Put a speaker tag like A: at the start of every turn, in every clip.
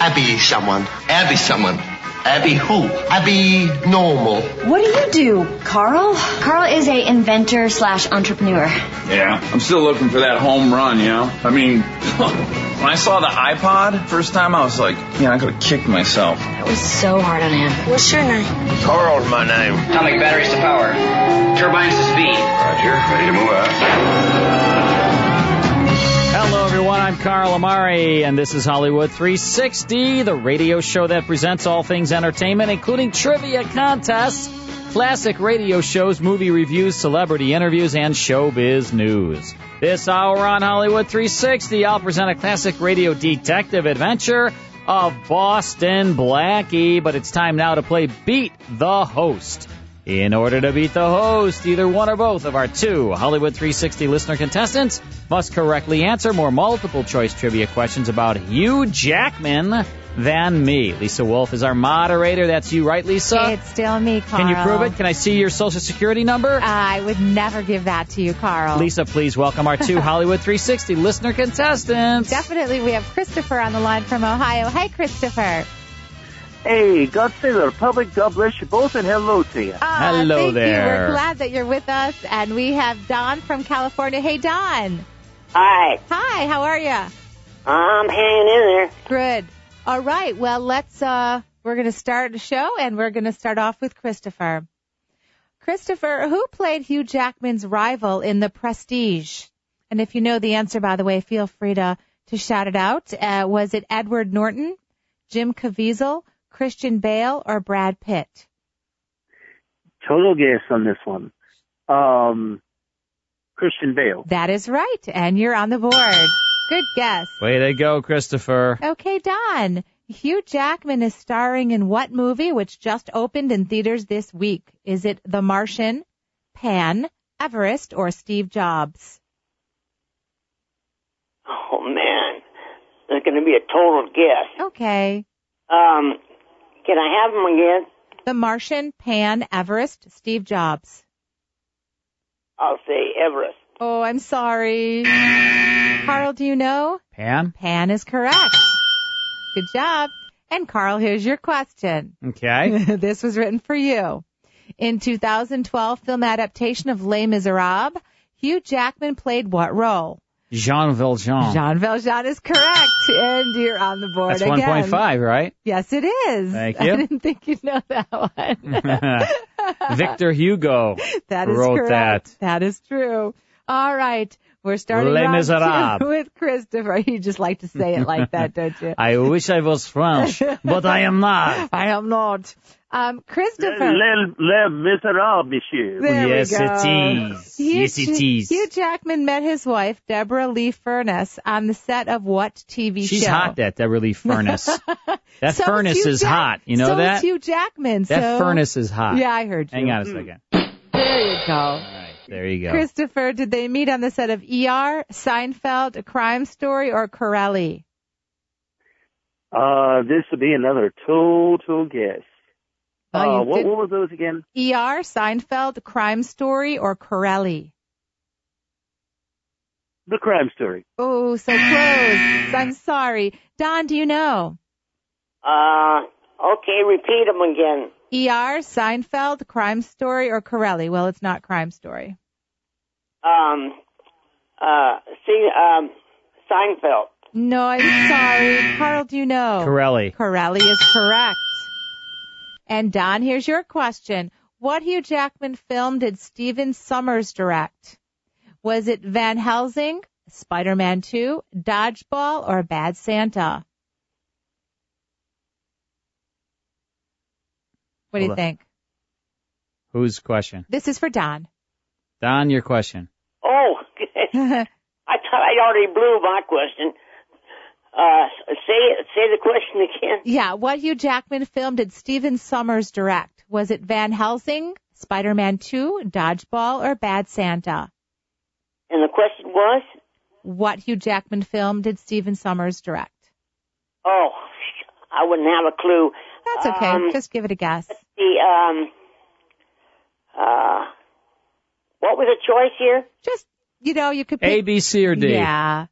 A: Abby someone.
B: Abby someone. Abby who?
A: Abby normal.
C: What do you do, Carl?
D: Carl is a inventor slash entrepreneur.
E: Yeah, I'm still looking for that home run, you know? I mean, when I saw the iPod first time, I was like, yeah, I could have kicked myself.
D: That was so hard on him.
F: What's your name?
G: Carl's my name.
H: Atomic batteries to power, turbines to speed.
G: Roger. Ready to move out.
I: Hello, everyone. I'm Carl Amari, and this is Hollywood 360, the radio show that presents all things entertainment, including trivia contests, classic radio shows, movie reviews, celebrity interviews, and showbiz news. This hour on Hollywood 360, I'll present a classic radio detective adventure of Boston Blackie, but it's time now to play Beat the Host. In order to beat the host, either one or both of our two Hollywood 360 listener contestants must correctly answer more multiple choice trivia questions about Hugh Jackman than me. Lisa Wolf is our moderator. That's you, right, Lisa?
J: It's still me, Carl.
I: Can you prove it? Can I see your social security number?
J: I would never give that to you, Carl.
I: Lisa, please welcome our two Hollywood 360 listener contestants.
J: Definitely, we have Christopher on the line from Ohio. Hi, Christopher.
K: Hey, God save the Republic. God bless you both, and hello to you.
J: Ah,
I: Hello
J: thank You.
I: there.
J: We're glad that you're with us, and we have Don from California. Hey, Don.
F: Hi,
J: Hi. How are you?
F: I'm hanging in there.
J: Good. All right. Well, let's. uh We're going to start the show, and we're going to start off with Christopher. Christopher, who played Hugh Jackman's rival in The Prestige? And if you know the answer, by the way, feel free to to shout it out. Uh, was it Edward Norton, Jim Caviezel, Christian Bale, or Brad Pitt?
K: Total guess on this one. Um, Christian Bale.
J: That is right, and you're on the board. Good guess.
I: Way to go, Christopher.
J: Okay, Don. Hugh Jackman is starring in what movie which just opened in theaters this week? Is it The Martian, Pan, Everest, or Steve Jobs?
F: Oh man, there's going to be a total guess.
J: Okay.
F: Um, can I have them again?
J: The Martian, Pan, Everest, Steve Jobs.
F: I'll say Everest.
J: Oh, I'm sorry. Carl, do you know?
I: Pan?
J: Pan is correct. Good job. And Carl, here's your question.
I: Okay.
J: this was written for you. In 2012 film adaptation of Les Miserables, Hugh Jackman played what role?
I: Jean Valjean.
J: Jean Valjean is correct, and you're on the board
I: That's
J: again.
I: 1.5, right?
J: Yes, it is.
I: Thank
J: I
I: you.
J: didn't think you'd know that one.
I: Victor Hugo.
J: that is
I: Wrote
J: correct.
I: that.
J: That is true. All right, we're starting
I: Les
J: round two
I: Miserables.
J: with Christopher. You just like to say it like that, don't you?
I: I wish I was French, but I am not.
J: I am not. Um, Christopopher.
K: Le, le Miserable, monsieur.
J: There
I: Yes,
J: we go.
I: it is.
J: Hugh
I: Yes, it
J: Ja-
I: is.
J: Hugh Jackman met his wife, Deborah Lee Furness, on the set of what TV
I: She's
J: show?
I: hot, that that really furnace. That
J: So
I: furnace
J: Hugh
I: is
J: Jack-
I: hot. You know
J: so
I: that?
J: Is Hugh Jackman.
I: that
J: so-
I: furnace is hot.
J: Yeah, I heard you. Mm.
I: Hang on a second.
J: There you go.
I: All right, there you go.
J: Christopher, did they meet on the set of ER, Seinfeld, A Crime Story, or Corelli?
K: Uh, this would be another total guess.
J: Oh,
K: uh,
J: you
K: what,
J: did-
K: what were those again?
J: ER, Seinfeld, Crime Story, or Corelli?
K: The crime story.
J: Oh, so close. I'm sorry. Don, do you know?
F: Uh, okay, repeat them again.
J: ER, Seinfeld, Crime Story, or Corelli? Well, it's not Crime Story.
F: Um, uh, see, um, Seinfeld.
J: No, I'm sorry. Carl, do you know?
I: Corelli.
J: Corelli is correct. And Don, here's your question. What Hugh Jackman film did Steven Summers direct? Was it Van Helsing, Spider-Man 2, Dodgeball, or Bad Santa? What do
I: Hold
J: you
I: on.
J: think?
I: Whose question?
J: This is for Don.
I: Don, your question.
F: Oh, I thought I already blew my question. Uh, say say the question again.
J: Yeah, what Hugh Jackman film did Steven Summers direct? Was it Van Helsing, Spider-Man 2, Dodgeball, or Bad Santa?
F: And the question was?
J: What Hugh Jackman film did Steven Summers direct?
F: Oh, I wouldn't have a clue.
J: That's okay.
F: Um,
J: Just give it a guess.
F: The um, uh, what was the choice here?
J: Just you know, you could
I: A,
J: pick.
I: B, C, or D?
J: Yeah.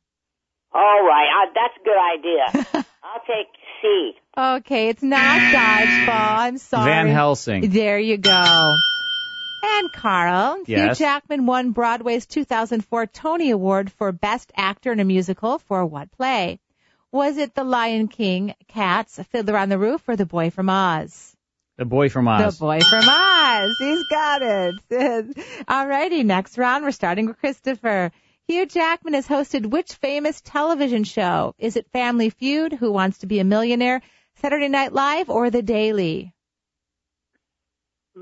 F: All right, uh, that's a good idea. I'll take C.
J: Okay, it's not Dodgeball. I'm sorry.
I: Van Helsing.
J: There you go. And Carl,
I: Yes.
J: Hugh Jackman won Broadway's 2004 Tony Award for Best Actor in a Musical for what play? Was it The Lion King, Cats, Fiddler on the Roof, or The Boy from Oz?
I: The boy from Oz.
J: The Boy from Oz. He's got it. Alrighty, next round. We're starting with Christopher. Hugh Jackman has hosted which famous television show? Is it Family Feud, Who Wants to Be a Millionaire, Saturday Night Live, or The Daily?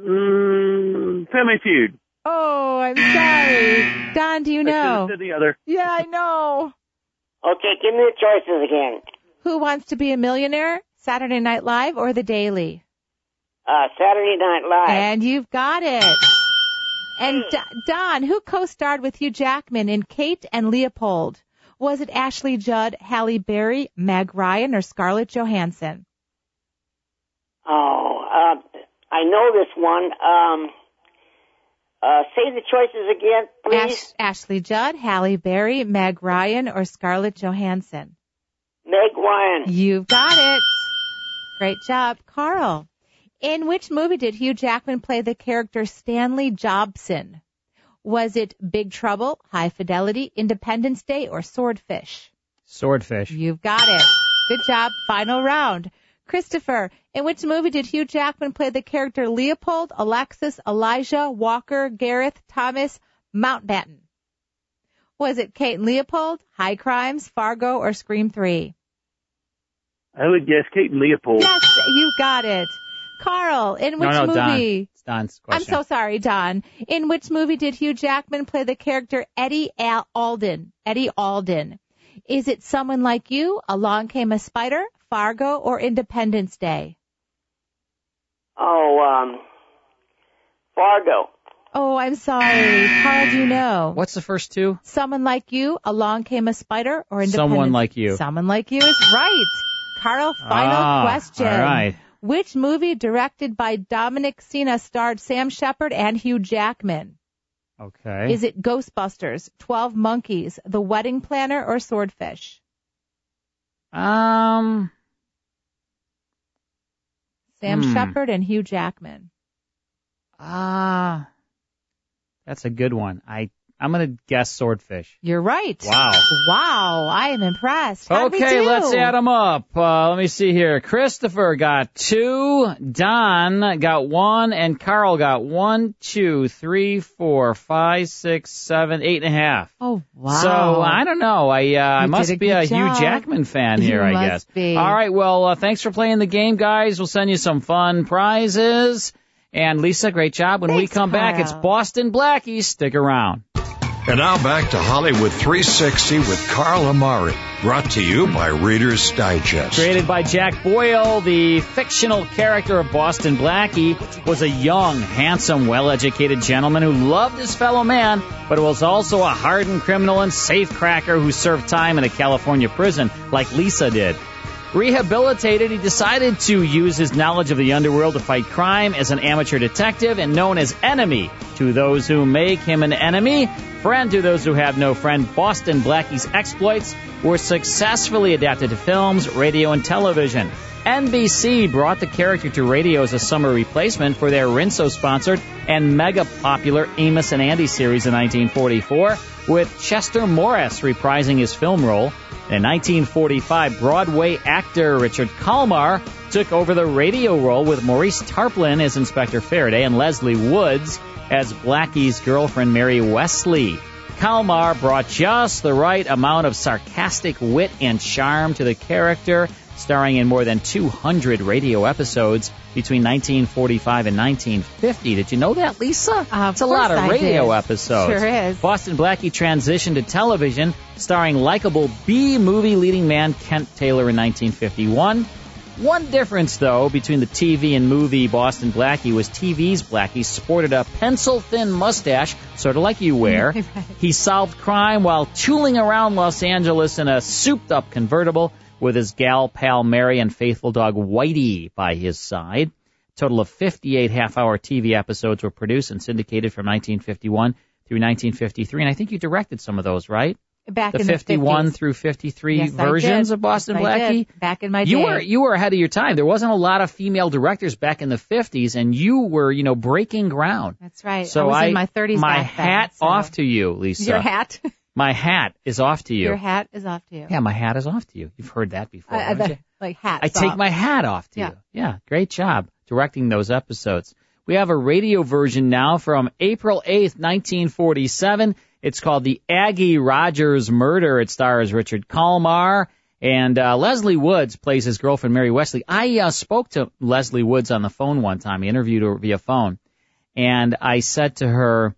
K: Mm, Family Feud.
J: Oh, I'm sorry. Don, do you
K: I
J: know?
K: should have said the other.
J: Yeah, I know.
F: Okay, give me the choices again.
J: Who Wants to Be a Millionaire, Saturday Night Live, or The Daily?
F: Uh, Saturday Night Live. Hmm.
J: And you've got it. And D- Don, who co-starred with Hugh Jackman in Kate and Leopold? Was it Ashley Judd, Halle Berry, Meg Ryan, or Scarlett Johansson?
F: Oh, uh, I know this one. Um, uh, say the choices again, please.
J: Ash- Ashley Judd, Halle Berry, Meg Ryan, or Scarlett Johansson?
F: Meg Ryan.
J: You've got it. Great job, Carl. In which movie did Hugh Jackman play the character Stanley Jobson? Was it Big Trouble, High Fidelity, Independence Day, or Swordfish?
I: Swordfish.
J: You've got it. Good job. Final round. Christopher, in which movie did Hugh Jackman play the character Leopold, Alexis, Elijah, Walker, Gareth, Thomas, Mountbatten? Was it Kate and Leopold, High Crimes, Fargo, or Scream 3?
K: I would guess Kate and Leopold.
J: Yes, you got it. Carl, in which
I: no, no,
J: movie?
I: Don. It's Don's
J: I'm
I: question.
J: so sorry, Don. In which movie did Hugh Jackman play the character Eddie Al- Alden? Eddie Alden. Is it Someone Like You, Along Came a Spider, Fargo, or Independence Day?
F: Oh, um, Fargo.
J: Oh, I'm sorry. Carl, do you know?
I: What's the first two?
J: Someone Like You, Along Came a Spider, or Independence
I: Someone like you.
J: Someone Like You is right. Carl, final
I: Ah,
J: question.
I: all right.
J: Which movie directed by Dominic Sena starred Sam Shepard and Hugh Jackman?
I: Okay.
J: Is it Ghostbusters, 12 Monkeys, The Wedding Planner, or Swordfish?
I: Um.
J: Sam
I: Hmm.
J: Shepard and Hugh Jackman.
I: Ah. that's a good one. I I'm gonna guess swordfish.
J: You're right.
I: Wow.
J: Wow, I am impressed. How'd we
I: Okay,
J: do?
I: let's add them up. Uh, let me see here. Christopher got two, Don got one, and Carl got one, two, three, four, five, six, seven, eight and a half.
J: Oh, wow.
I: So I don't know. I uh, I
J: You
I: must
J: did a
I: be
J: good
I: a
J: job.
I: Hugh Jackman fan here,
J: You
I: I
J: must
I: guess.
J: be.
I: All right. Well, uh, thanks for playing the game, guys. We'll send you some fun prizes. And Lisa, great job. When we
L: Thanks,
I: come back,
L: Carl.
I: it's Boston Blackie. Stick around.
L: And now back to Hollywood 360 with Carl Amari, brought to you by Reader's Digest.
I: Created by Jack Boyle, the fictional character of Boston Blackie was a young, handsome, well-educated gentleman who loved his fellow man, but was also a hardened criminal and safecracker who served time in a California prison like Lisa did. Rehabilitated, he decided to use his knowledge of the underworld to fight crime as an amateur detective and known as Enemy to those who make him an enemy, friend to those who have no friend. Boston Blackie's exploits were successfully adapted to films, radio, and television. NBC brought the character to radio as a summer replacement for their Rinso sponsored and mega popular Amos and Andy series in 1944, with Chester Morris reprising his film role. In 1945, Broadway actor Richard Kalmar took over the radio role with Maurice Tarplin as Inspector Faraday and Leslie Woods as Blackie's girlfriend Mary Wesley. Kalmar brought just the right amount of sarcastic wit and charm to the character, starring in more than 200 radio episodes between 1945 and 1950. Did you know that, Lisa? It's a lot of
J: course I
I: radio
J: did.
I: episodes.
J: Sure is.
I: Boston Blackie transitioned to television, starring likable B movie leading man Kent Taylor in 1951. One difference, though, between the TV and movie Boston Blackie was TV's Blackie sported a pencil thin mustache, sort of like you wear. He solved crime while tooling around Los Angeles in a souped up convertible with his gal pal Mary and faithful dog Whitey by his side. A total of 58 half hour TV episodes were produced and syndicated from 1951 through 1953. And I think you directed some of those, right?
J: Back
I: the
J: in
I: 51
J: the 50s.
I: through 53
J: Yes, I
I: versions
J: did.
I: of Boston
J: Yes, I
I: Blackie.
J: did. Back in my
I: you
J: day.
I: were you were ahead of your time. There wasn't a lot of female directors back in the 50s, and you were you know breaking ground.
J: That's right.
I: So
J: I was
I: I
J: in my 30s.
I: my
J: back then,
I: hat
J: so-
I: off to you, Lisa.
J: Your hat.
I: My hat is off to you.
J: Your hat is off to you.
I: Yeah, my hat is off to you. You've heard that before.
J: I, I,
I: haven't you?
J: like hats.
I: I take
J: off.
I: my hat off to
J: Yeah.
I: you. Yeah, great job directing those episodes. We have a radio version now from April 8th, 1947. It's called The Aggie Rogers Murder. It stars Richard Kalmar and uh, Leslie Woods plays his girlfriend Mary Wesley. I uh, spoke to Leslie Woods on the phone one time. I interviewed her via phone and I said to her,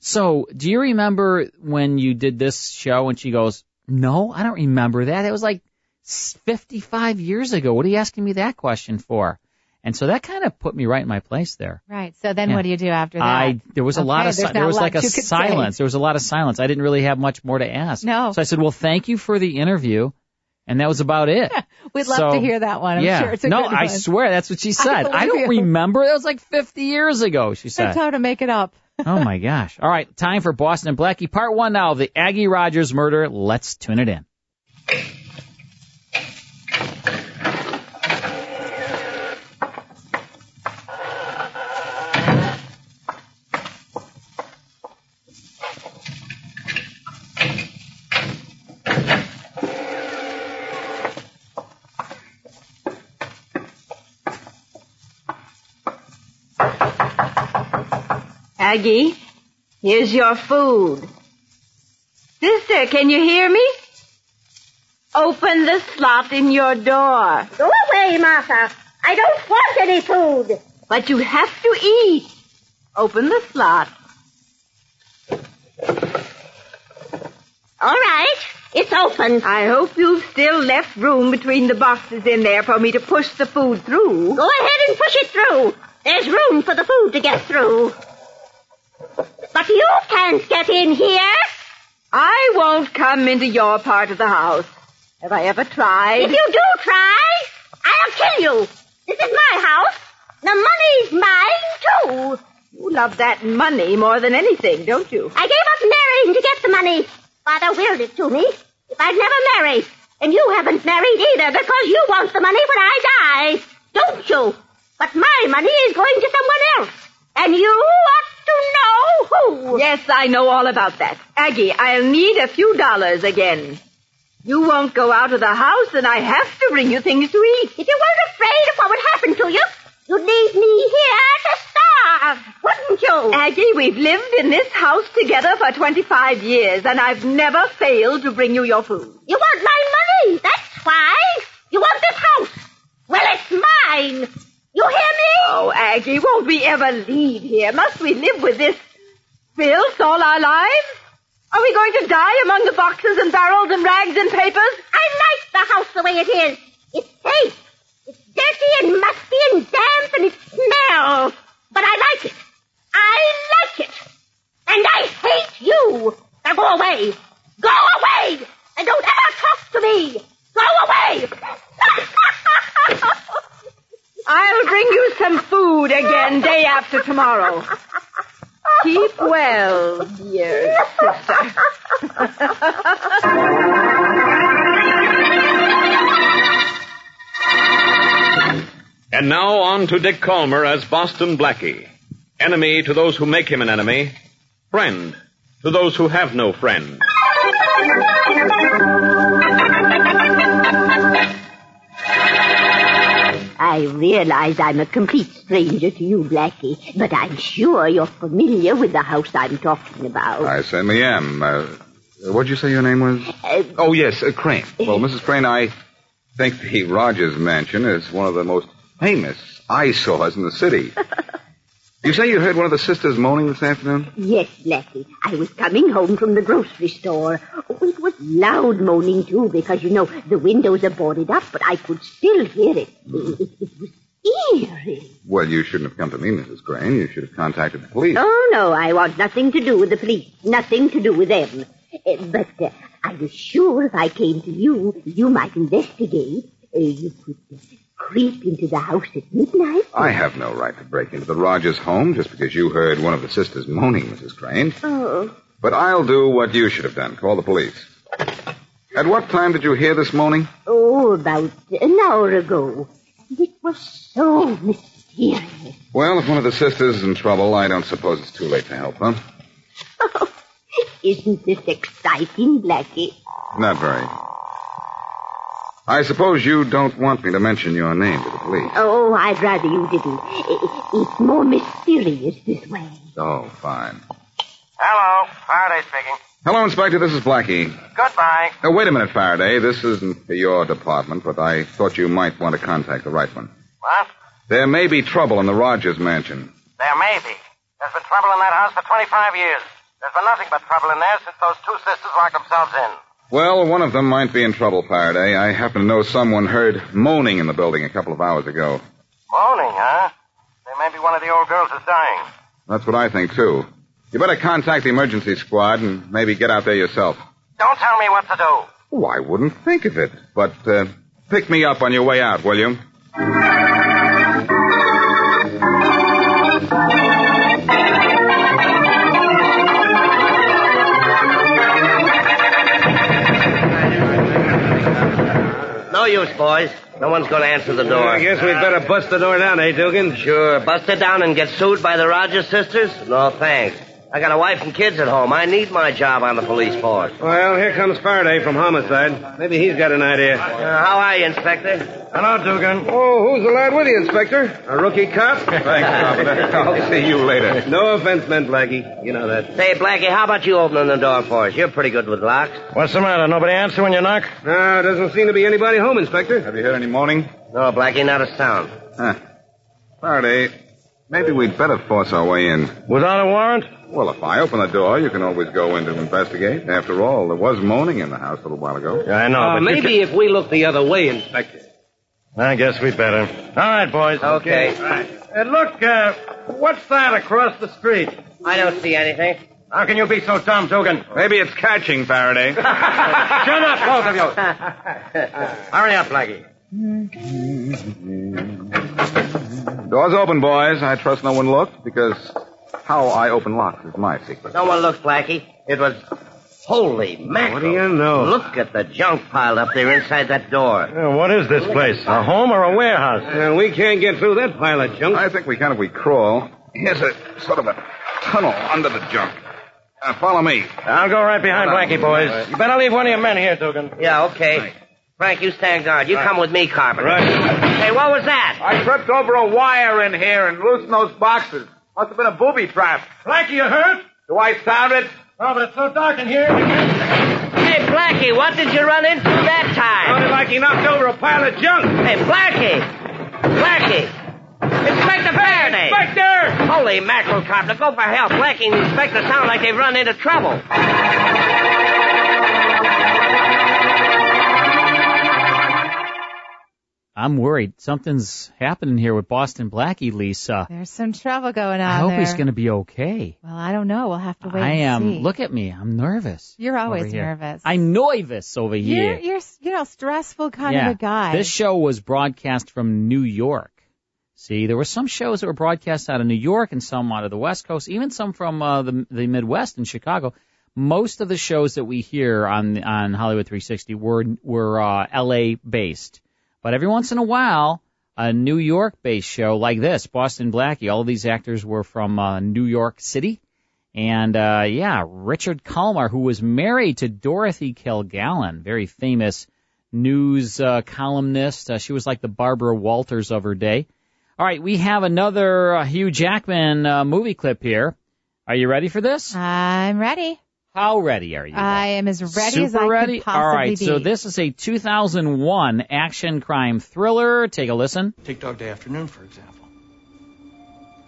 I: so, do you remember when you did this show? And she goes, No, I don't remember that. It was like s- 55 years ago. What are you asking me that question for? And so that kind of put me right in my place there.
J: Right. So then
I: Yeah.
J: what do you do after that?
I: I there was a lot
J: Okay,
I: of si-
J: there's
I: there
J: not
I: was
J: a lot
I: like a
J: you could say.
I: silence. There was a lot of silence. I didn't really have much more to ask.
J: No.
I: So I said, "Well, thank you for the interview." And that was about it.
J: We'd love
I: So-
J: to hear that one. I'm
I: yeah.
J: sure it's a
I: no,
J: good
I: I
J: one.
I: swear that's what she said. I,
J: believe
I: don't
J: you.
I: remember. That was like 50 years ago, she said.
J: It's how to make it up.
I: oh my gosh. All right, time for Boston and Blackie, part one now of the Aggie Rogers murder. Let's tune it in.
M: Aggie, here's your food. Sister, can you hear me? Open the slot in your door.
N: Go away, Martha. I don't want any food.
M: But you have to eat. Open the slot.
N: All right. It's open.
M: I hope you've still left room between the boxes in there for me to push the food through.
N: Go ahead and push it through. There's room for the food to get through. But you can't get in here.
M: I won't come into your part of the house. Have I ever tried?
N: If you do try, I'll kill you. This is my house. The money's mine, too.
M: You love that money more than anything, don't you?
N: I gave up marrying to get the money. Father willed it to me. If I'd never married. And you haven't married either because you want the money when I die. Don't you? But my money is going to someone else. And you ought to know who.
M: Yes, I know all about that. Aggie, I'll need a few dollars again. You won't go out of the house, and I have to bring you things to eat.
N: If you weren't afraid of what would happen to you, you'd leave me here to starve, wouldn't you?
M: Aggie, we've lived in this house together for 25 years, and I've never failed to bring you your food.
N: You want my money, that's why. You want this house. Well, it's mine. You hear me?
M: Oh, Aggie, won't we ever leave here? Must we live with this filth all our lives? Are we going to die among the boxes and barrels and rags and papers?
N: I like the house the way it is. It's safe. It's dirty and musty and damp and it smells. But I like it. I like it. And I hate you. Now go away. Go away. And don't ever talk to me. Go away.
M: I'll bring you some food again day after tomorrow. Keep well, dear sister.
O: And now on to Dick Calmer as Boston Blackie. Enemy to those who make him an enemy. Friend to those who have no friend.
N: I realize I'm a complete stranger to you, Blackie, but I'm sure you're familiar with the house I'm talking about.
P: I certainly am. Uh, what'd you say your name was? oh, yes, uh, Crane. Well, Mrs. Crane, I. think the Rogers Mansion is one of the most famous eyesores in the city. you say you heard one of the sisters moaning this afternoon?
Q: Yes, Blackie. I was coming home from the grocery store. Oh, it was loud moaning, too, because, you know, the windows are boarded up, but I could still hear it. It, it, it was eerie.
P: Well, you shouldn't have come to me, Mrs. Crane. You should have contacted the police.
Q: Oh, no, I want nothing to do with the police. Nothing to do with them. Uh, but uh, I was sure if I came to you, you might investigate. Uh, you could uh, creep into the house at midnight.
P: I have no right to break into the Rogers home just because you heard one of the sisters moaning, Mrs. Crane.
Q: Oh,
P: But I'll do what you should have done. Call the police. At what time did you hear this moaning?
Q: oh, about an hour ago. And It was so mysterious.
P: Well, if one of the sisters is in trouble, I don't suppose it's too late to help, huh?
Q: Isn't this exciting, Blackie?
P: Not very. I suppose you don't want me to mention your name to the police.
Q: Oh, I'd rather you didn't. I- I- It's more mysterious this way.
P: Oh, fine.
R: Hello, Faraday speaking.
P: Hello, Inspector. This is Blackie.
R: Goodbye.
P: Now, wait a minute, Faraday. This isn't for your department, but I thought you might want to contact the right one.
R: What?
P: There may be trouble in the Rogers mansion.
R: There may be. There's been trouble in that house for 25 years. There's been nothing but trouble in there since those two sisters locked themselves in.
P: Well, one of them might be in trouble, Faraday. I happen to know someone heard moaning in the building a couple of hours ago.
R: Moaning, huh? There may be one of the old girls is dying.
P: That's what I think, too. You better contact the emergency squad and maybe get out there yourself.
R: Don't tell me what to do.
P: Oh, I wouldn't think of it. But uh, pick me up on your way out, will you?
A: No use, boys. No one's going to answer the door.
B: I guess we'd better
A: bust the door down, eh, Dugan? Sure. Bust it down and get sued by the Rogers sisters? No, thanks. I got a wife and kids at home. I need my job on the police force.
B: Well, here comes Faraday from homicide. Maybe he's got an idea.
A: Uh, how are you, Inspector?
B: Hello, Dugan. Oh, who's the lad with you, Inspector? A rookie cop? Thanks,
A: Robert. I'll see you later.
B: No offense meant, Blackie. You know that.
A: Say, Blackie, how about you opening the door for us? You're pretty good with locks.
B: What's the matter? Nobody answer when you knock? No, doesn't seem to be anybody home, Inspector. Have you heard any moaning?
A: No, Blackie, not a sound.
P: Huh. Faraday, maybe we'd better force our way in. Without a warrant? Well, if I open the door, you can always go in to investigate. After all, there was moaning in the house a little while ago. Yeah, I
A: Uh, maybe if we look the other way, Inspector.
B: I guess we better. All right, boys.
A: Okay.
B: And look, uh, what's that across the street?
A: I don't see anything.
B: How can you be so dumb, Dugan? Maybe it's catching, Faraday. Shut up, both of you.
A: Hurry up, Blackie.
P: Doors open, boys. I trust no one looked, because how I open locks is my secret.
A: No one looked, Blackie. It was. Holy mackerel. What do you know? Look at the junk piled up there inside that door.
B: what is this place? A home or a warehouse? we can't get through that pile of junk.
P: I think we can if we crawl. Here's a sort of a tunnel under the junk. Uh, follow me.
B: I'll go right behind Blackie, boys. You better leave one of your men here, Dugan.
A: Yeah, okay. Frank, you stand guard. You come with me, Carpenter. Right. Hey, what was that?
S: I tripped over a wire in here and loosened those boxes. Must have been a booby trap.
B: Blackie, you hurt?
S: Do I sound it?
B: Oh, but it's so dark in here.
A: Hey, Blackie, what did you run into that time? Sounded like he knocked over a pile of junk. Hey, Blackie! Blackie! Inspector Faraday! Inspector! Holy mackerel, Carpenter, go for help. Blackie and the inspector sound like they've run into trouble.
I: I'm worried. Something's happening here with Boston Blackie, Lisa.
J: There's some trouble going on
I: I hope
J: there.
I: he's going to be okay.
J: Well, I don't know. We'll have to wait
I: I
J: and
I: am.
J: see.
I: Look at me. I'm nervous.
J: You're always
I: over here.
J: nervous.
I: I'm nervous over
J: You're,
I: here.
J: you're, s- you know, stressful kind
I: yeah.
J: of a guy.
I: This show was broadcast from New York. See, there were some shows that were broadcast out of New York and some out of the West Coast, even some from uh, the the Midwest and Chicago. Most of the shows that we hear on on Hollywood 360 were were uh, L.A. based, but every once in a while, a New York based show like this, Boston Blackie. All of these actors were from uh, New York City. And uh, yeah, Richard Kalmar, who was married to Dorothy Kilgallen, very famous news uh, columnist. Uh, she was like the Barbara Walters of her day. All right, we have another uh, Hugh Jackman uh, movie clip here. Are you ready for this?
J: I'm ready.
I: How ready are you?
J: I am as ready as
I: Super
J: I could
I: ready.
J: possibly
I: All right,
J: be.
I: so this is a 2001 action crime thriller. Take a listen.
T: Take Dog Day Afternoon, for example.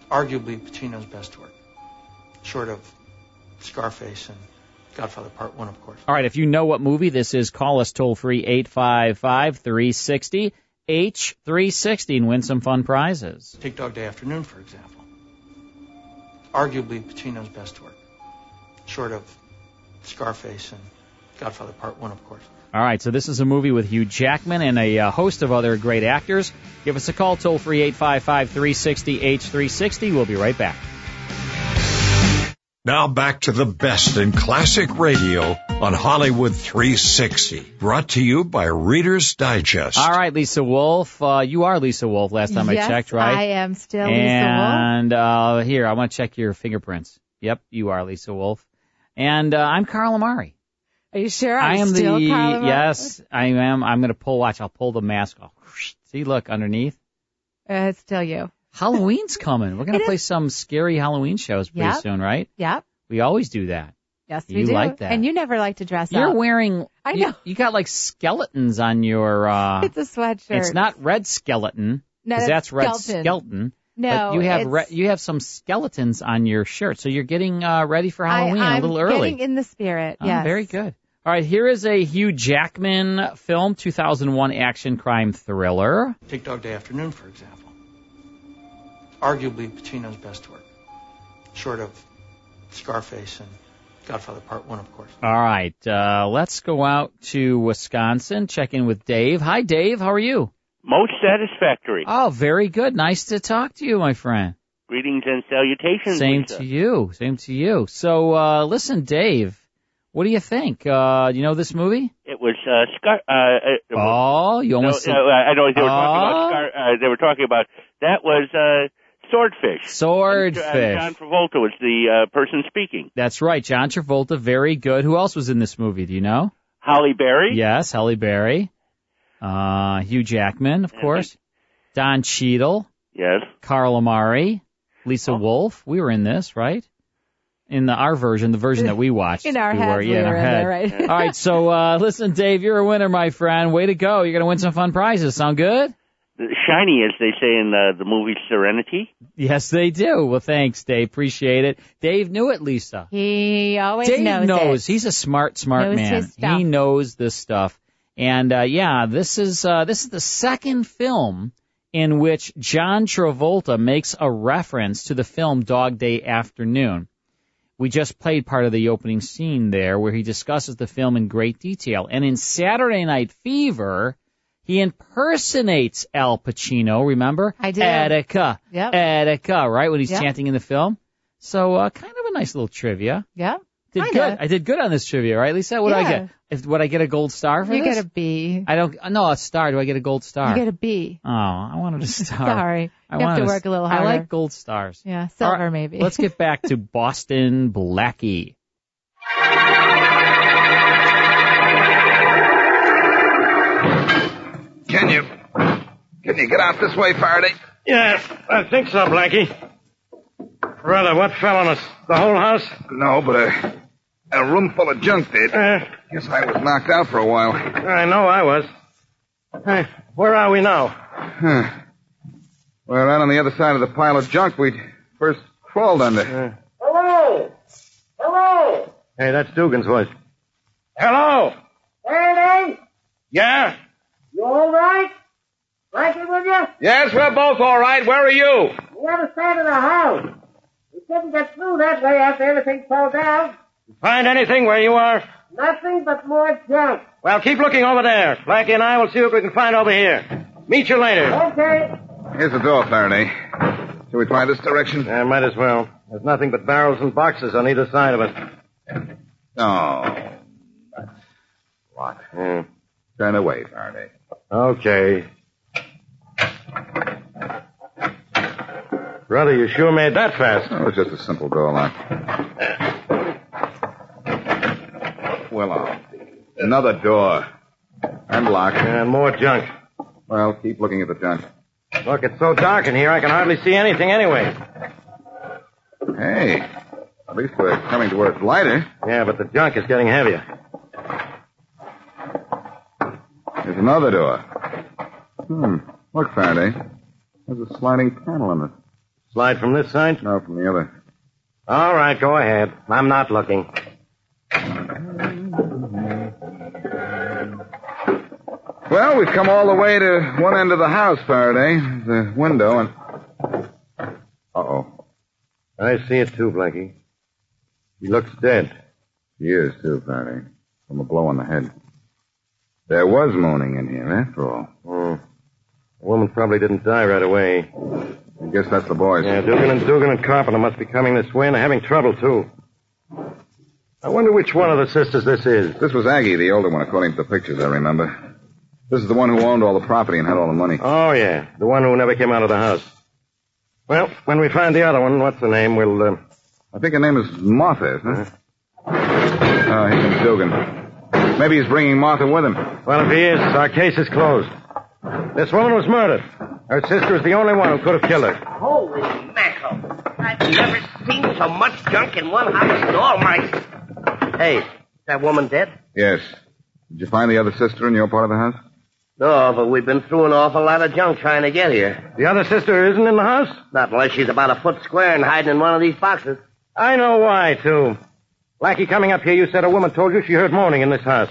T: Arguably Pacino's best work, short of Scarface and Godfather Part 1, of course.
I: All right, if you know what movie this is, call us toll free 855 360 H360 and win some fun prizes.
T: Take Dog Day Afternoon, for example. Arguably Pacino's best work, short of Scarface and Godfather Part 1, of course.
I: All right, so this is a movie with Hugh Jackman and a uh, host of other great actors. Give us a call toll free 855 360 H360. We'll be right back.
L: Now back to the best in classic radio on Hollywood 360. Brought to you by Reader's Digest.
I: All right, Lisa Wolf. Uh, you are Lisa Wolf last time
J: yes,
I: I checked, right?
J: I am still Lisa Wolf.
I: and uh, here, I want to check your fingerprints. Yep, you are Lisa Wolf. And uh, I'm Carl Amari.
J: Are you sure?
I: I
J: I'm
I: am
J: still
I: the
J: Carla Mar-
I: yes, I am. I'm gonna pull. Watch, I'll pull the mask off. See, look underneath.
J: Uh, it's still you.
I: Halloween's coming. We're gonna play some scary Halloween shows pretty
J: Yep.
I: soon, right?
J: Yep.
I: We always do that.
J: Yes, we
I: You
J: do.
I: like that.
J: And you never like to dress
I: You're
J: up.
I: wearing.
J: I
I: you-
J: know.
I: You, got like skeletons on your. uh
J: it's a sweatshirt.
I: It's not red skeleton.
J: No,
I: because
J: that's
I: that's red
J: skeleton.
I: skeleton.
J: No,
I: but you have
J: it's-
I: re- you have some skeletons on your shirt, so you're getting uh, ready for Halloween
J: I,
I: a
J: I'm
I: little early.
J: Getting in the spirit.
I: Ah,
J: yes.
I: very good. All right, here is a Hugh Jackman film, 2001 action crime thriller.
T: Take Dog Day Afternoon, for example. Arguably Pacino's best work, short of Scarface and Godfather Part 1, of course.
I: All right, uh, let's go out to Wisconsin, check in with Dave. Hi, Dave. How are you?
U: Most satisfactory.
I: Oh, very good. Nice to talk to you, my friend.
U: Greetings and salutations.
I: Same
U: Lisa.
I: to you. Same to you. So, uh, listen, Dave, what do you think? Uh, you know this movie?
U: It was uh, Scar. Uh, it
I: Oh, you almost.
U: no, uh, I know they were talking
I: Oh.
U: about. Scar, uh, they were talking about that was uh, swordfish.
I: Swordfish.
U: And, uh, John Travolta was the uh, person speaking.
I: That's right. John Travolta, very good. Who else was in this movie? Do you know?
U: Holly Berry.
I: Yes, Halle Berry. Uh, Hugh Jackman, of course. Don Cheadle.
U: Yes. Oh.
I: Carl Amari. Lisa Wolf. We were in this, right? In the our version, the version that we watched.
J: In our
I: we
J: heads,
I: were,
J: we
I: yeah, in our
J: were in
I: head.
J: there, right?
I: All right, so uh, listen, Dave, you're a winner, my friend. Way to go. You're going to win some fun prizes. Sound good?
U: Shiny, as they say in uh, the movie Serenity.
I: Yes, they do. Well, thanks, Dave. Appreciate it. Dave knew it, Lisa.
J: He always
I: Dave
J: knows, it.
I: He's a smart, smart
J: Knows
I: man.
J: his stuff.
I: He knows this stuff. And uh, yeah, this is uh, this is the second film in which John Travolta makes a reference to the film Dog Day Afternoon. We just played part of the opening scene there where he discusses the film in great detail. And in Saturday Night Fever, he impersonates Al Pacino, remember? I
J: do.
I: Etika.
J: Yep.
I: Etika, right? When he's
J: Yep.
I: chanting in the film. So uh, kind of a nice little trivia.
J: Yeah.
I: Did
J: Kinda.
I: good. I did good on this trivia, right, Lisa? What do I
J: Yeah.
I: get? If would I get a gold star for
J: You
I: this?
J: get a B.
I: I don't. No, a star. Do I get a gold star?
J: You get a B.
I: Oh, I wanted a star.
J: Sorry. You
I: I
J: have to
I: wanted
J: work a little
I: I
J: harder.
I: like gold stars.
J: Yeah,
I: All
J: silver
I: right,
J: maybe.
I: Let's get back to Boston Blackie.
V: Can you? Can you get out this way, Faraday?
W: Yes, I think so, Blackie. Brother, what fell on us? The whole house?
P: No, but a, a room full of junk did.
W: Uh.
P: Guess I was knocked out for a while.
W: I know I was. Hey, where are we now?
P: Huh. Well, right on the other side of the pile of junk we first crawled under.
K: Hello! Hello!
W: Uh, Hey, that's Dugan's voice. Hello!
K: Faraday,
W: Yeah?
K: you all right? Like it with you?
W: Yes, we're both all right. Where are you?
K: The other side of the house. We couldn't get through that way after everything fell down.
W: Find anything where you are?
K: Nothing but more junk.
W: Well, keep looking over there. Blackie and I will see what we can find over here. Meet you later.
K: Okay.
P: Here's the door, Faraday. Shall we try this direction?
W: Yeah, might as well. There's nothing but barrels and boxes on either side of it.
P: Oh. Locked. Turn away, Faraday.
W: Okay. Brother, you sure made that fast.
P: It was Oh, just a simple door lock. Well, I'll- another door. And locked.
W: And more junk.
P: Well, keep looking at the junk.
W: Look, it's so dark in here I can hardly see anything anyway.
P: Hey, At least we're coming towards lighter.
B: Yeah, but the junk is getting heavier.
P: There's another door. Hmm. Look, Faraday. There's a sliding panel in it.
B: Slide from this side?
P: No, from the other.
B: All right, go ahead. I'm not looking.
P: Well, we've come all the way to one end of the house, Faraday. There's a window and. Uh oh.
B: I see it too, Blackie. He looks dead.
P: He is, too, Faraday. From a blow on the head. There was moaning in here, after all.
B: Hmm. The woman probably didn't die right away.
P: I guess that's the boys.
B: Yeah, Dugan and Dugan and Carpenter must be coming this way and they're having trouble, too. I wonder which one of the sisters this is.
P: This was Aggie, the older one, according to the pictures I remember. This is the one who owned all the property and had all the money.
B: Oh, yeah. The one who never came out of the house. Well, when we find the other one, what's the name? We'll, uh...
P: I think her name is Martha, isn't it? Oh, here comes Dugan. Maybe he's bringing Martha with him.
B: Well, if he is, our case is closed. This woman was murdered. Her sister is the only one who could have killed her.
A: Holy mackerel. I've never seen so much junk in one house in all my... Hey, is that woman dead?
P: Yes. Did you find the other sister in your part of the house?
X: No, but we've been through an awful lot of junk trying to get here.
B: The other sister isn't in the house?
X: Not unless she's about a foot square and hiding in one of these boxes.
B: I know why, too. Blackie, coming up here, you said a woman told you she heard moaning in this house.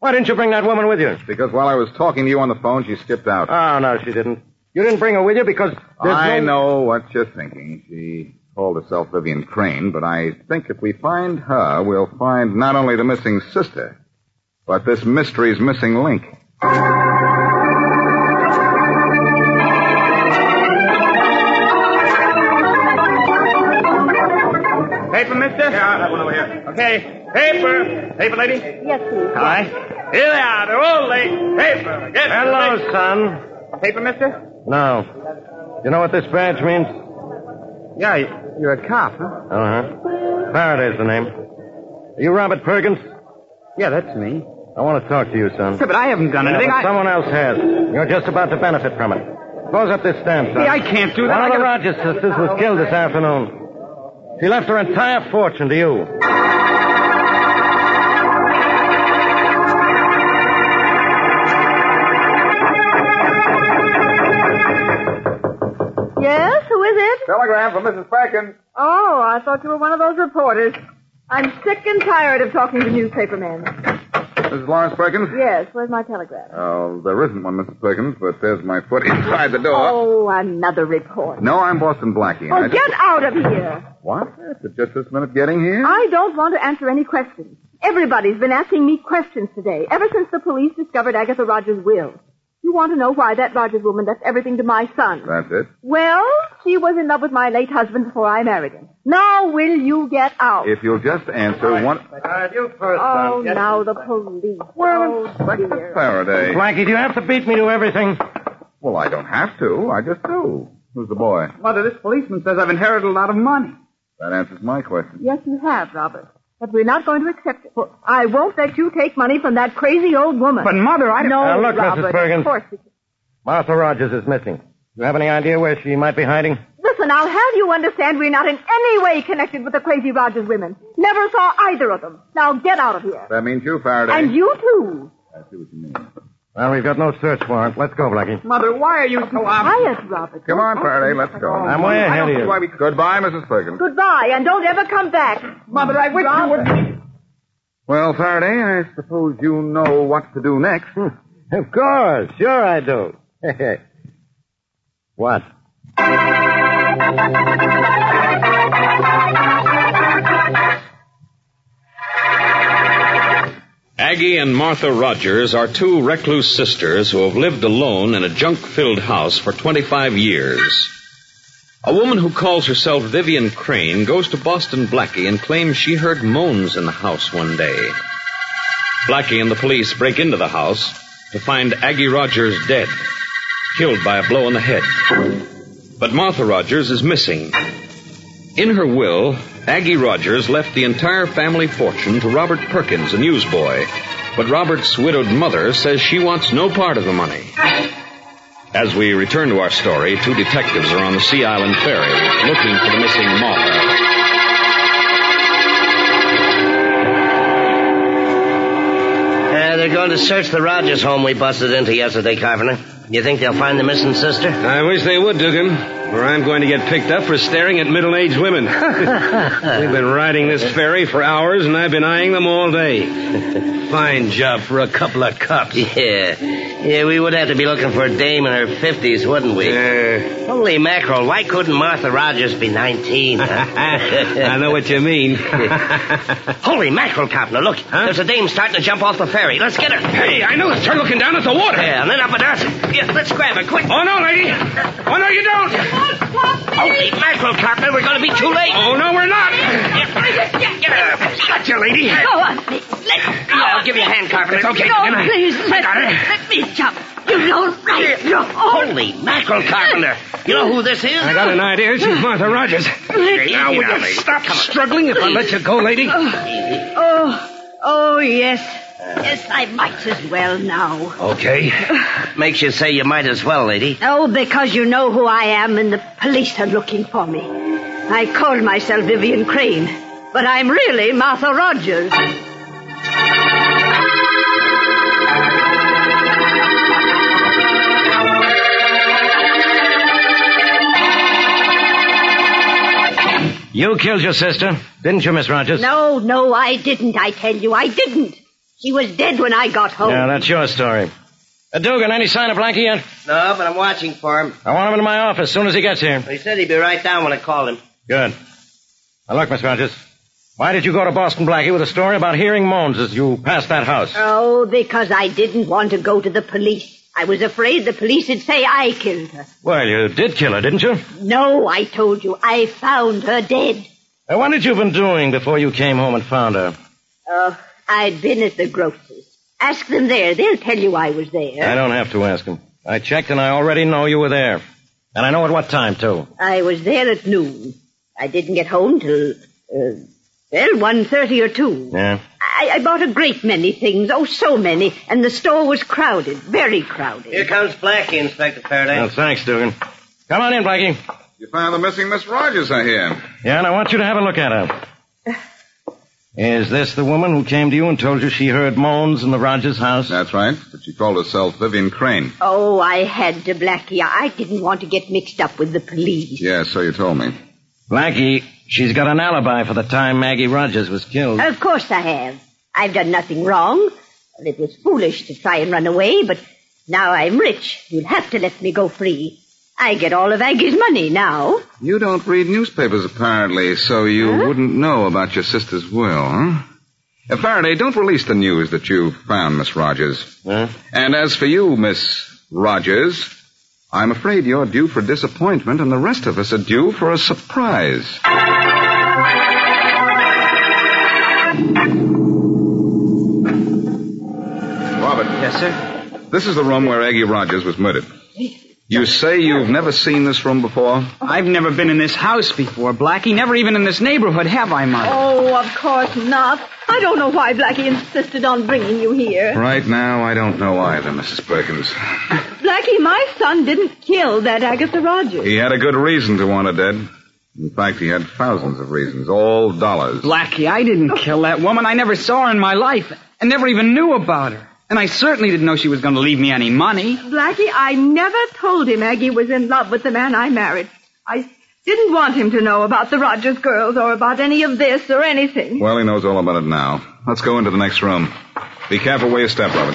B: Why didn't you bring that woman with you?
P: Because while I was talking to you on the phone, she skipped out.
B: Oh, no, she didn't. You didn't bring her with you because there's
P: I
B: no...
P: know what you're thinking. She called herself Vivian Crane, but I think if we find her, we'll find not only the missing sister, but this mystery's missing link.
G: Paper, mister? Yeah, I have one over here. Okay. Paper. Paper, lady?
Y: Yes, please.
G: Hi. Here they are. They're all late. Paper. Get
B: Hello, son.
G: Paper, mister?
B: No. You know what this badge means?
G: Yeah, you're a cop, huh?
B: Uh-huh. Faraday's the name. Are you Robert Perkins?
G: Yeah, that's me.
B: I want to talk to you, son.
G: Yeah, but I haven't done
B: Yeah,
G: anything.
B: but
G: I-
B: Someone else has. You're just about to benefit from it. Close up this stand, son.
G: Hey, I can't do that.
B: One
G: I
B: of the
G: gotta-
B: Rogers sisters was killed this afternoon. She left her entire fortune to you.
V: Yes, who is it?
D: Telegram for Mrs. Perkins.
V: Oh, I thought you were one of those reporters. I'm sick and tired of talking to newspaper men.
P: Mrs. Lawrence Perkins?
V: Yes, where's my telegram?
P: Oh, there isn't one, Mrs. Perkins, but there's my foot inside the door.
V: Oh, another report.
P: No, I'm Boston Blackie. and
V: Oh,
P: Uh, I just-
V: get out of here.
P: What? Is it just this minute getting here?
V: I don't want to answer any questions. Everybody's been asking me questions today, ever since the police discovered Agatha Rogers' will. You want to know why that Rogers woman left everything to my son.
P: That's it.
V: Well, she was in love with my late husband before I married him. Now will you get out?
P: If you'll just answer one.
B: you first,
V: Oh, now the police. Well, oh, dear.
P: Faraday.
B: Blackie, do you have to beat me to everything?
P: Well, I don't have to. I just do. Who's the boy?
D: Mother, this policeman says I've inherited a lot of money.
P: That answers my question.
V: Yes, you have, Robert. But we're not going to accept it. I won't let you take money from that crazy old woman.
D: But, Mother, I don't- Uh,
V: No,
B: Now, look,
V: Robert,
B: Mrs. Bergen.
V: Of course. we can.
B: Martha Rogers is missing. You have any idea where she might be hiding?
V: Listen, I'll have you understand we're not in any way connected with the crazy Rogers women. Never saw either of them. Now get out of here.
P: That means you, Faraday.
V: And you too.
P: I see what you mean.
B: Well, we've got no search warrant. Let's go, Blackie.
D: Mother, why are you so obstinate?
V: Quiet, Robert.
P: Come on, Faraday, let's go.
B: I'm way
D: I
B: ahead
D: don't
B: of
D: see
B: you.
D: why we...
P: Goodbye, Mrs. Perkins.
V: Goodbye, and don't ever come back.
D: Mother, I wish you would...
P: Well, Faraday, I suppose you know what to do next.
B: Hmm. Of course. Sure I do. what?
O: Aggie and Martha Rogers are two recluse sisters who have lived alone in a junk filled house for 25 years. A woman who calls herself Vivian Crane goes to Boston Blackie and claims she heard moans in the house one day. Blackie and the police break into the house to find Aggie Rogers dead, killed by a blow on the head. But Martha Rogers is missing. In her will, Aggie Rogers left the entire family fortune to Robert Perkins, a newsboy. But Robert's widowed mother says she wants no part of the money. As we return to our story, two detectives are on the Sea Island ferry looking for the missing Martha.
A: Uh, They're going to search the Rogers home we busted into yesterday, Carpenter. You think they'll find the missing sister?
C: I wish they would, Dugan, or I'm going to get picked up for staring at middle aged women. They've been riding this ferry for hours, and I've been eyeing them all day. Fine job for a couple of cups.
A: Yeah. Yeah, we would have to be looking for a dame in her 50s, wouldn't we? Holy mackerel, why couldn't Martha Rogers be 19?
C: I
A: huh?
C: know what you mean.
A: Holy mackerel, Carpenter, look. There's a dame starting to jump off the ferry. Let's get her.
C: Hey, I noticed her looking down at the water.
A: Yeah, and then up at us. Yeah, let's grab her, quick.
C: Oh, no, lady.
A: Oh,
C: no, you don't.
A: Holy mackerel, Carpenter, we're going to be too late.
C: Oh, no, we're not.
A: Got you, lady.
Z: Go on, please. Let go.
A: Yeah, I'll give you a hand, Carpenter.
Z: It's okay.
A: Can
Z: No,
A: I-
Z: please.
A: I
Z: Let,
A: got it.
Z: let me jump. You don't right. You're
A: Holy mackerel, Carpenter. You know who this is?
C: I got an idea. She's Martha Rogers.
A: Hey,
C: now, will you stop struggling if I let you go, lady?
Z: Oh, oh yes. Yes, I might as well now.
A: Okay. Makes you say you might as well, lady.
Z: Oh, because you know who I am and the police are looking for me. I call myself Vivian Crane, but I'm really Martha Rogers.
A: You killed your sister, didn't you, Miss Rogers?
Z: No, no, I didn't, I tell you, I didn't. She was dead when I got home.
A: Yeah, that's your story. Uh, Dugan, any sign of Blackie yet? No, but I'm watching for him. I want him in my office as soon as he gets here. He said he'd be right down when I called him.
B: Good. Now, look, Miss Rogers, why did you go to Boston Blackie with a story about hearing moans as you passed that house?
Z: Oh, because I didn't want to go to the police. I was afraid the police would say I killed her.
B: Well, you did kill her, didn't you?
Z: No, I told you, I found her dead.
B: Uh, what had you been doing before you came home and found her?
Z: Oh, I'd been at the grocer's. Ask them there. They'll tell you I was there.
B: I don't have to ask him. I checked and I already know you were there. And I know at what time, too.
Z: I was there at noon. I didn't get home till, uh, well, one thirty or two.
B: Yeah.
Z: I, I bought a great many things. Oh, so many. And the store was crowded. Very crowded.
A: Here comes Blackie, Inspector Faraday.
B: Well, thanks, Dugan. Come on in, Blackie.
P: You found the missing Miss Rogers, I hear.
B: Yeah, and I want you to have a look at her. Is this the woman who came to you and told you she heard moans in the Rogers house?
P: That's right. But she called herself Vivian Crane.
Z: Oh, I had to, Blackie. I didn't want to get mixed up with the police.
P: Yeah, so you told me.
B: Blackie, she's got an alibi for the time Maggie Rogers was killed.
Z: Of course I have. I've done nothing wrong. It was foolish to try and run away, but now I'm rich. You'll have to let me go free. I get all of Aggie's money now.
P: You don't read newspapers, apparently, so you wouldn't know about your sister's will, huh? Uh, Faraday, don't release the news that you've found Miss Rogers. And as for you, Miss Rogers, I'm afraid you're due for disappointment, and the rest of us are due for a surprise. Robert. Yes, sir? This is the room where Aggie Rogers was murdered. You say you've never seen this room before?
D: I've never been in this house before, Blackie. Never even in this neighborhood have I, Martha.
M: Oh, of course not. I don't know why Blackie insisted on bringing you here.
P: Right now, I don't know either, Mrs. Perkins.
M: Blackie, my son didn't kill that Agatha Rogers.
P: He had a good reason to want her dead. In fact, he had thousands of reasons, all dollars.
D: Blackie, I didn't kill that woman. I never saw her in my life and never even knew about her. And I certainly didn't know she was going to leave me any money.
M: Blackie, I never told him Aggie was in love with the man I married. I didn't want him to know about the Rogers girls or about any of this or anything.
P: Well, he knows all about it now. Let's go into the next room. Be careful where you step, Robert.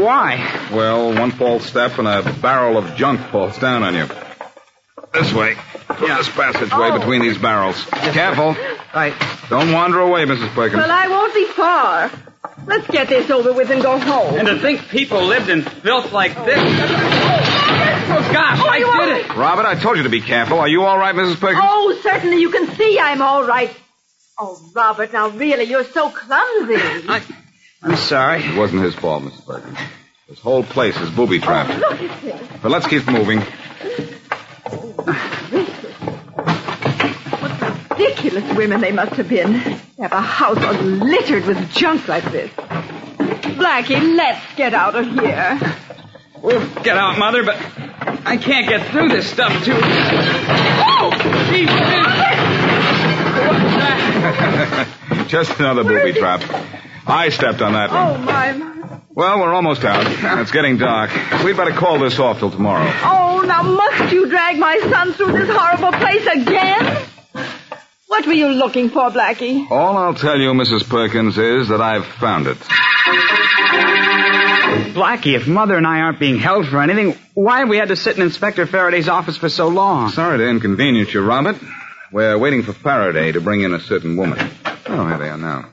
D: Why?
P: Well, one false step and a barrel of junk falls down on you. This way. Yeah. This passageway between these barrels. Careful.
D: Right.
P: Don't wander away, Mrs. Perkins.
M: Well, I won't be far. Let's get this over with and go home.
D: And to think people lived in filth like this. Oh, gosh, I did it.
P: Robert, I told you to be careful. Are you all right, Mrs. Perkins?
M: Oh, certainly you can see I'm all right. Oh, Robert, now really, you're so clumsy.
D: I'm sorry.
P: It wasn't his fault, Mrs. Perkins. This whole place is booby trapped.
M: Look at this.
P: But let's keep moving.
M: Ridiculous women they must have been. To have a house all littered with junk like this. Blackie, let's get out of here.
D: Get out, Mother, but I can't get through this stuff too. Oh! Gee,
C: Oh,
P: Just another booby trap. I stepped on that one.
M: Oh, my.
P: Well, we're almost out. It's getting dark. We'd better call this off till tomorrow.
M: Oh, now must you drag my son through this horrible place again? What were you looking for, Blackie?
P: All I'll tell you, Mrs. Perkins, is that I've found it.
D: Blackie, if Mother and I aren't being held for anything, why have we had to sit in Inspector Faraday's office for so long?
P: Sorry to inconvenience you, Robert. We're waiting for Faraday to bring in a certain woman. Oh, here they are now.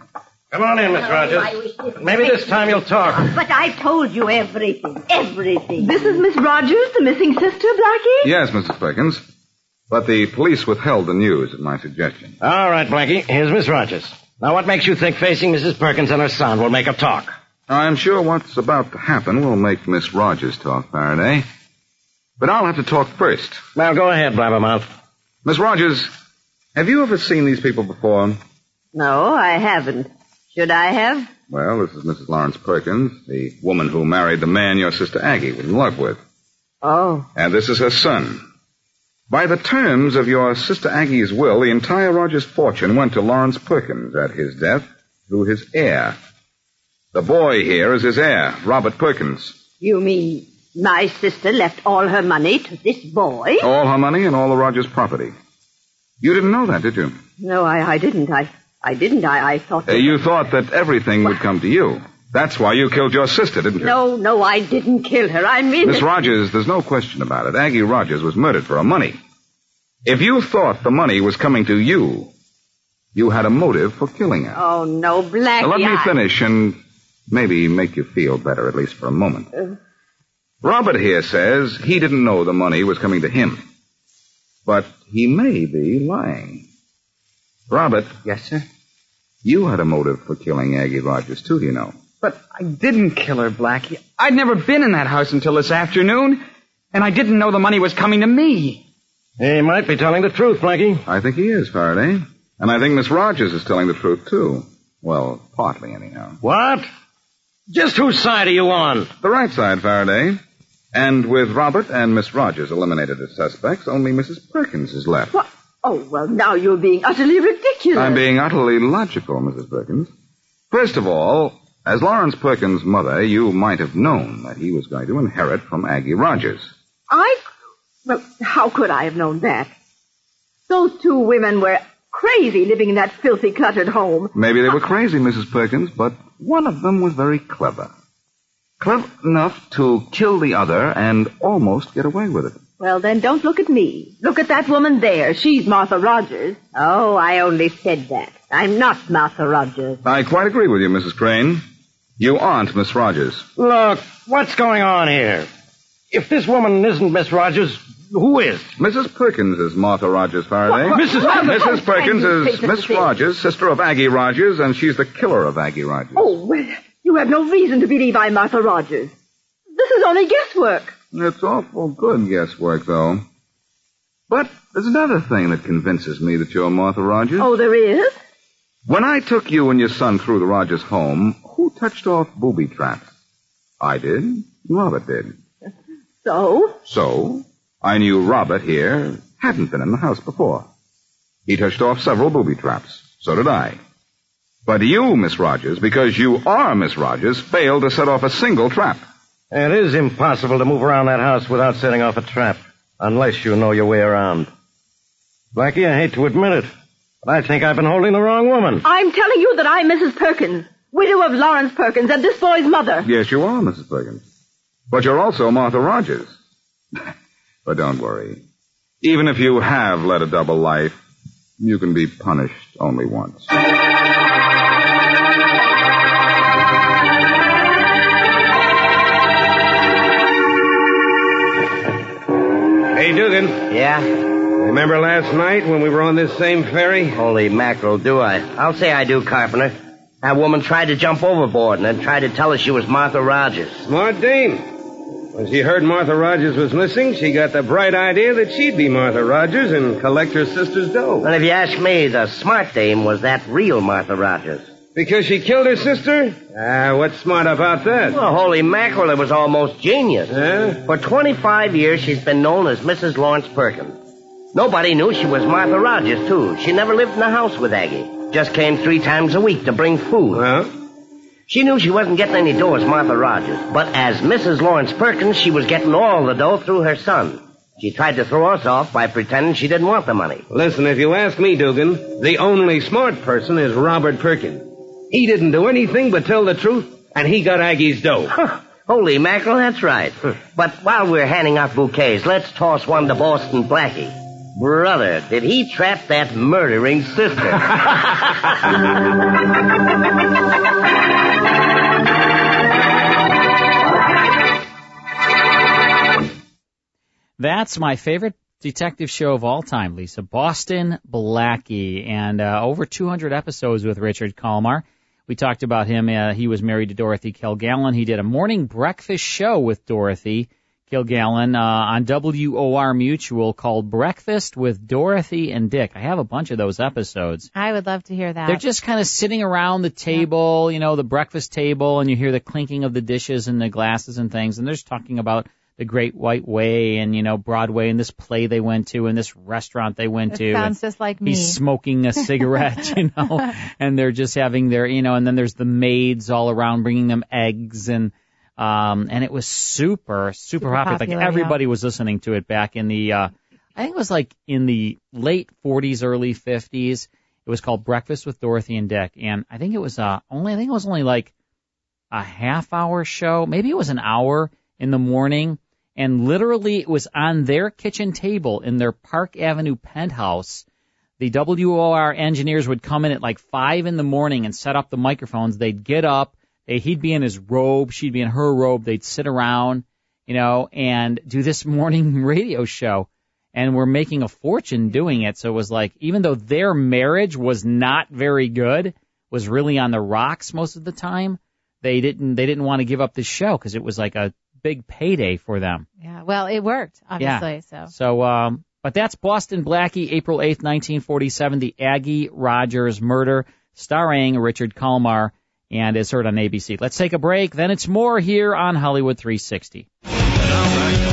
B: Come on in, Miss Rogers. Maybe this time you'll talk.
Z: But I've told you everything. Everything.
M: This is Miss Rogers, the missing sister, Blackie?
P: Yes, Mrs. Perkins. But the police withheld the news at my suggestion.
A: All right, Blackie. Here's Miss Rogers. Now, what makes you think facing Mrs. Perkins and her son will make her talk?
P: I'm sure what's about to happen will make Miss Rogers talk, Faraday. But I'll have to talk first.
A: Well, go ahead, Blabbermouth.
P: Miss Rogers, have you ever seen these people before?
Z: No, I haven't. Should I have?
P: Well, this is Mrs. Lawrence Perkins, the woman who married the man your sister Aggie was in love with.
Z: Oh.
P: And this is her son. By the terms of your sister Aggie's will, the entire Rogers fortune went to Lawrence Perkins at his death through his heir. The boy here is his heir, Robert Perkins.
Z: You mean my sister left all her money to this boy?
B: Oh.
P: All her money and all the Rogers property. You didn't know that, did you?
Z: No, I, I didn't. I, I didn't. I, I thought.
P: Uh, you thought that everything would come to you. That's why you killed your sister, didn't you?
Z: No, no, I didn't kill her. I mean.
P: Miss Rogers, there's no question about it. Aggie Rogers was murdered for her money. If you thought the money was coming to you, you had a motive for killing her.
Z: Oh no, Blackie.
P: now, let me
Z: I-
P: finish and maybe make you feel better, at least for a moment.
Z: Uh,
P: Robert here says he didn't know the money was coming to him. But he may be lying. Robert.
D: Yes, sir?
P: You had a motive for killing Aggie Rogers, too, you know.
D: But I didn't kill her, Blackie. I'd never been in that house until this afternoon, and I didn't know the money was coming to me.
P: He might be telling the truth, Blackie. I think he is, Faraday. And I think Miss Rogers is telling the truth, too. Well, partly, anyhow.
A: What? Just whose side are you on?
P: The right side, Faraday. And with Robert and Miss Rogers eliminated as suspects, only Mrs. Perkins is left.
Z: What? Oh, well, now you're being utterly ridiculous.
P: I'm being utterly logical, Mrs. Perkins. First of all, as Lawrence Perkins' mother, you might have known that he was going to inherit from Aggie Rogers.
Z: I. Well, how could I have known that? Those two women were crazy living in that filthy, cluttered home.
P: Maybe they were crazy, Mrs. Perkins, but one of them was very clever. Clever enough to kill the other and almost get away with it.
Z: Well, then don't look at me. Look at that woman there. She's Martha Rogers. Oh, I only said that. I'm not Martha Rogers.
P: I quite agree with you, Mrs. Crane. You aren't Miss Rogers.
B: Look, what's going on here? If this woman isn't Miss Rogers, who is?
P: Mrs. Perkins is Martha Rogers Faraday.
B: What- what- Mrs. what-
P: Mrs.
Z: Thank
P: Perkins
Z: you,
P: is
Z: Peter,
P: Miss
Z: Peter.
P: Rogers, sister of Aggie Rogers, and she's the killer of Aggie Rogers.
Z: Oh, well, you have no reason to believe I'm Martha Rogers. This is only guesswork.
P: It's awful good guesswork, though. But there's another thing that convinces me that you're Martha Rogers.
Z: Oh, there is?
P: When I took you and your son through the Rogers home, who touched off booby traps? I did. Robert did.
Z: So?
P: So, I knew Robert here hadn't been in the house before. He touched off several booby traps. So did I. But you, Miss Rogers, because you are Miss Rogers, failed to set off a single trap.
B: It is impossible to move around that house without setting off a trap, unless you know your way around. Blackie, I hate to admit it, but I think I've been holding the wrong woman.
M: I'm telling you that I'm Mrs. Perkins, widow of Lawrence Perkins, and this boy's mother.
P: Yes, you are, Mrs. Perkins. But you're also Martha Rogers. but don't worry. Even if you have led a double life, you can be punished only once.
C: Hey, Dugan.
A: Yeah?
C: Remember last night when we were on this same ferry?
A: Holy mackerel, do I? I'll say I do, Carpenter. That woman tried to jump overboard and then tried to tell us she was Martha Rogers.
C: Smart dame. When she heard Martha Rogers was missing, she got the bright idea that she'd be Martha Rogers and collect her sister's dough.
A: But if you ask me, the smart dame was that real Martha Rogers.
C: Because she killed her sister? Ah, what's smart about that?
A: Well, holy mackerel, it was almost genius. For 25 years, she's been known as Mrs. Lawrence Perkins. Nobody knew she was Martha Rogers, too. She never lived in the house with Aggie. Just came three times a week to bring food.
C: Well?
A: She knew she wasn't getting any dough as Martha Rogers, but as Mrs. Lawrence Perkins, she was getting all the dough through her son. She tried to throw us off by pretending she didn't want the money.
C: Listen, if you ask me, Dugan, the only smart person is Robert Perkin. He didn't do anything but tell the truth, and he got Aggie's dough.
A: Holy mackerel, that's right. But while we're handing out bouquets, let's toss one to Boston Blackie. Brother, did he trap that murdering sister?
I: That's my favorite detective show of all time, Lisa. Boston Blackie, and uh, over 200 episodes with Richard Kalmar. We talked about him. Uh, he was married to Dorothy Kilgallen. He did a morning breakfast show with Dorothy Kilgallen uh, on WOR Mutual called Breakfast with Dorothy and Dick. I have a bunch of those episodes.
J: I would love to hear that.
I: They're just kind of sitting around the table, you know, the breakfast table, and you hear the clinking of the dishes and the glasses and things, and they're just talking about the Great White Way and, you know, Broadway and this play they went to and this restaurant they went
J: That
I: to.
J: sounds
I: and
J: just like me.
I: He's smoking a cigarette, you know, and they're just having their, you know, and then there's the maids all around bringing them eggs and, um, and it was super, super, popular.
H: popular,
I: Like
H: yeah.
I: everybody was listening to it back in the, uh, I think it was like in the late 40s, early 50s. It was called Breakfast with Dorothy and Dick, and I think it was uh only I think it was only like a half hour show, maybe it was an hour in the morning, and literally it was on their kitchen table in their Park Avenue penthouse. The WOR engineers would come in at like five in the morning and set up the microphones. They'd get up, they, he'd be in his robe, she'd be in her robe. They'd sit around, you know, and do this morning radio show. And we're making a fortune doing it. So it was like, even though their marriage was not very good, was really on the rocks most of the time, they didn't they didn't want to give up this show because it was like a big payday for them.
J: Yeah. Well, it worked, obviously. So.
I: So, um, but that's Boston Blackie, April 8th, 1947, the Aggie Rogers murder, starring Richard Kalmar, and is heard on ABC. Let's take a break, then it's more here on Hollywood 360.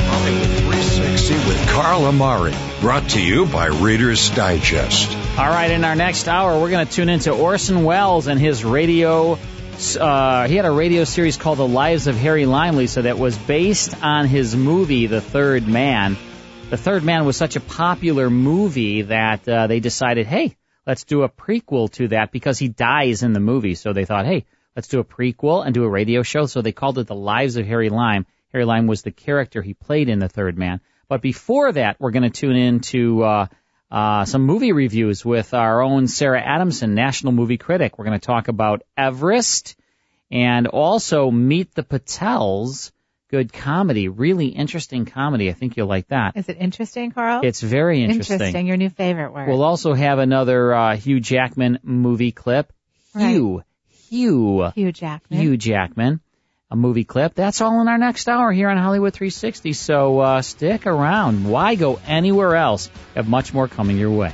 L: 360 with Carl Amari, brought to you by Reader's Digest.
I: All right, in our next hour, we're going to tune into Orson Welles and his radio. Uh, he had a radio series called The Lives of Harry Limeley, so that was based on his movie, The Third Man. The Third Man was such a popular movie that uh, they decided, hey, let's do a prequel to that because he dies in the movie. So they thought, hey, let's do a prequel and do a radio show. So they called it The Lives of Harry Lime. Harry Lime was the character he played in The Third Man. But before that, we're going to tune into uh, uh, some movie reviews with our own Sarah Adamson, national movie critic. We're going to talk about Everest and also Meet the Patels. Good comedy, really interesting comedy. I think you'll like that.
J: Is it interesting, Carl?
I: It's very interesting.
J: Oh, Interesting. Your new favorite word.
I: We'll also have another uh, Hugh Jackman movie clip. Hugh, Hugh,
J: Hugh Jackman.
I: Hugh Jackman, a movie clip. That's all in our next hour here on Hollywood 360. So uh, stick around. Why go anywhere else? We have much more coming your way.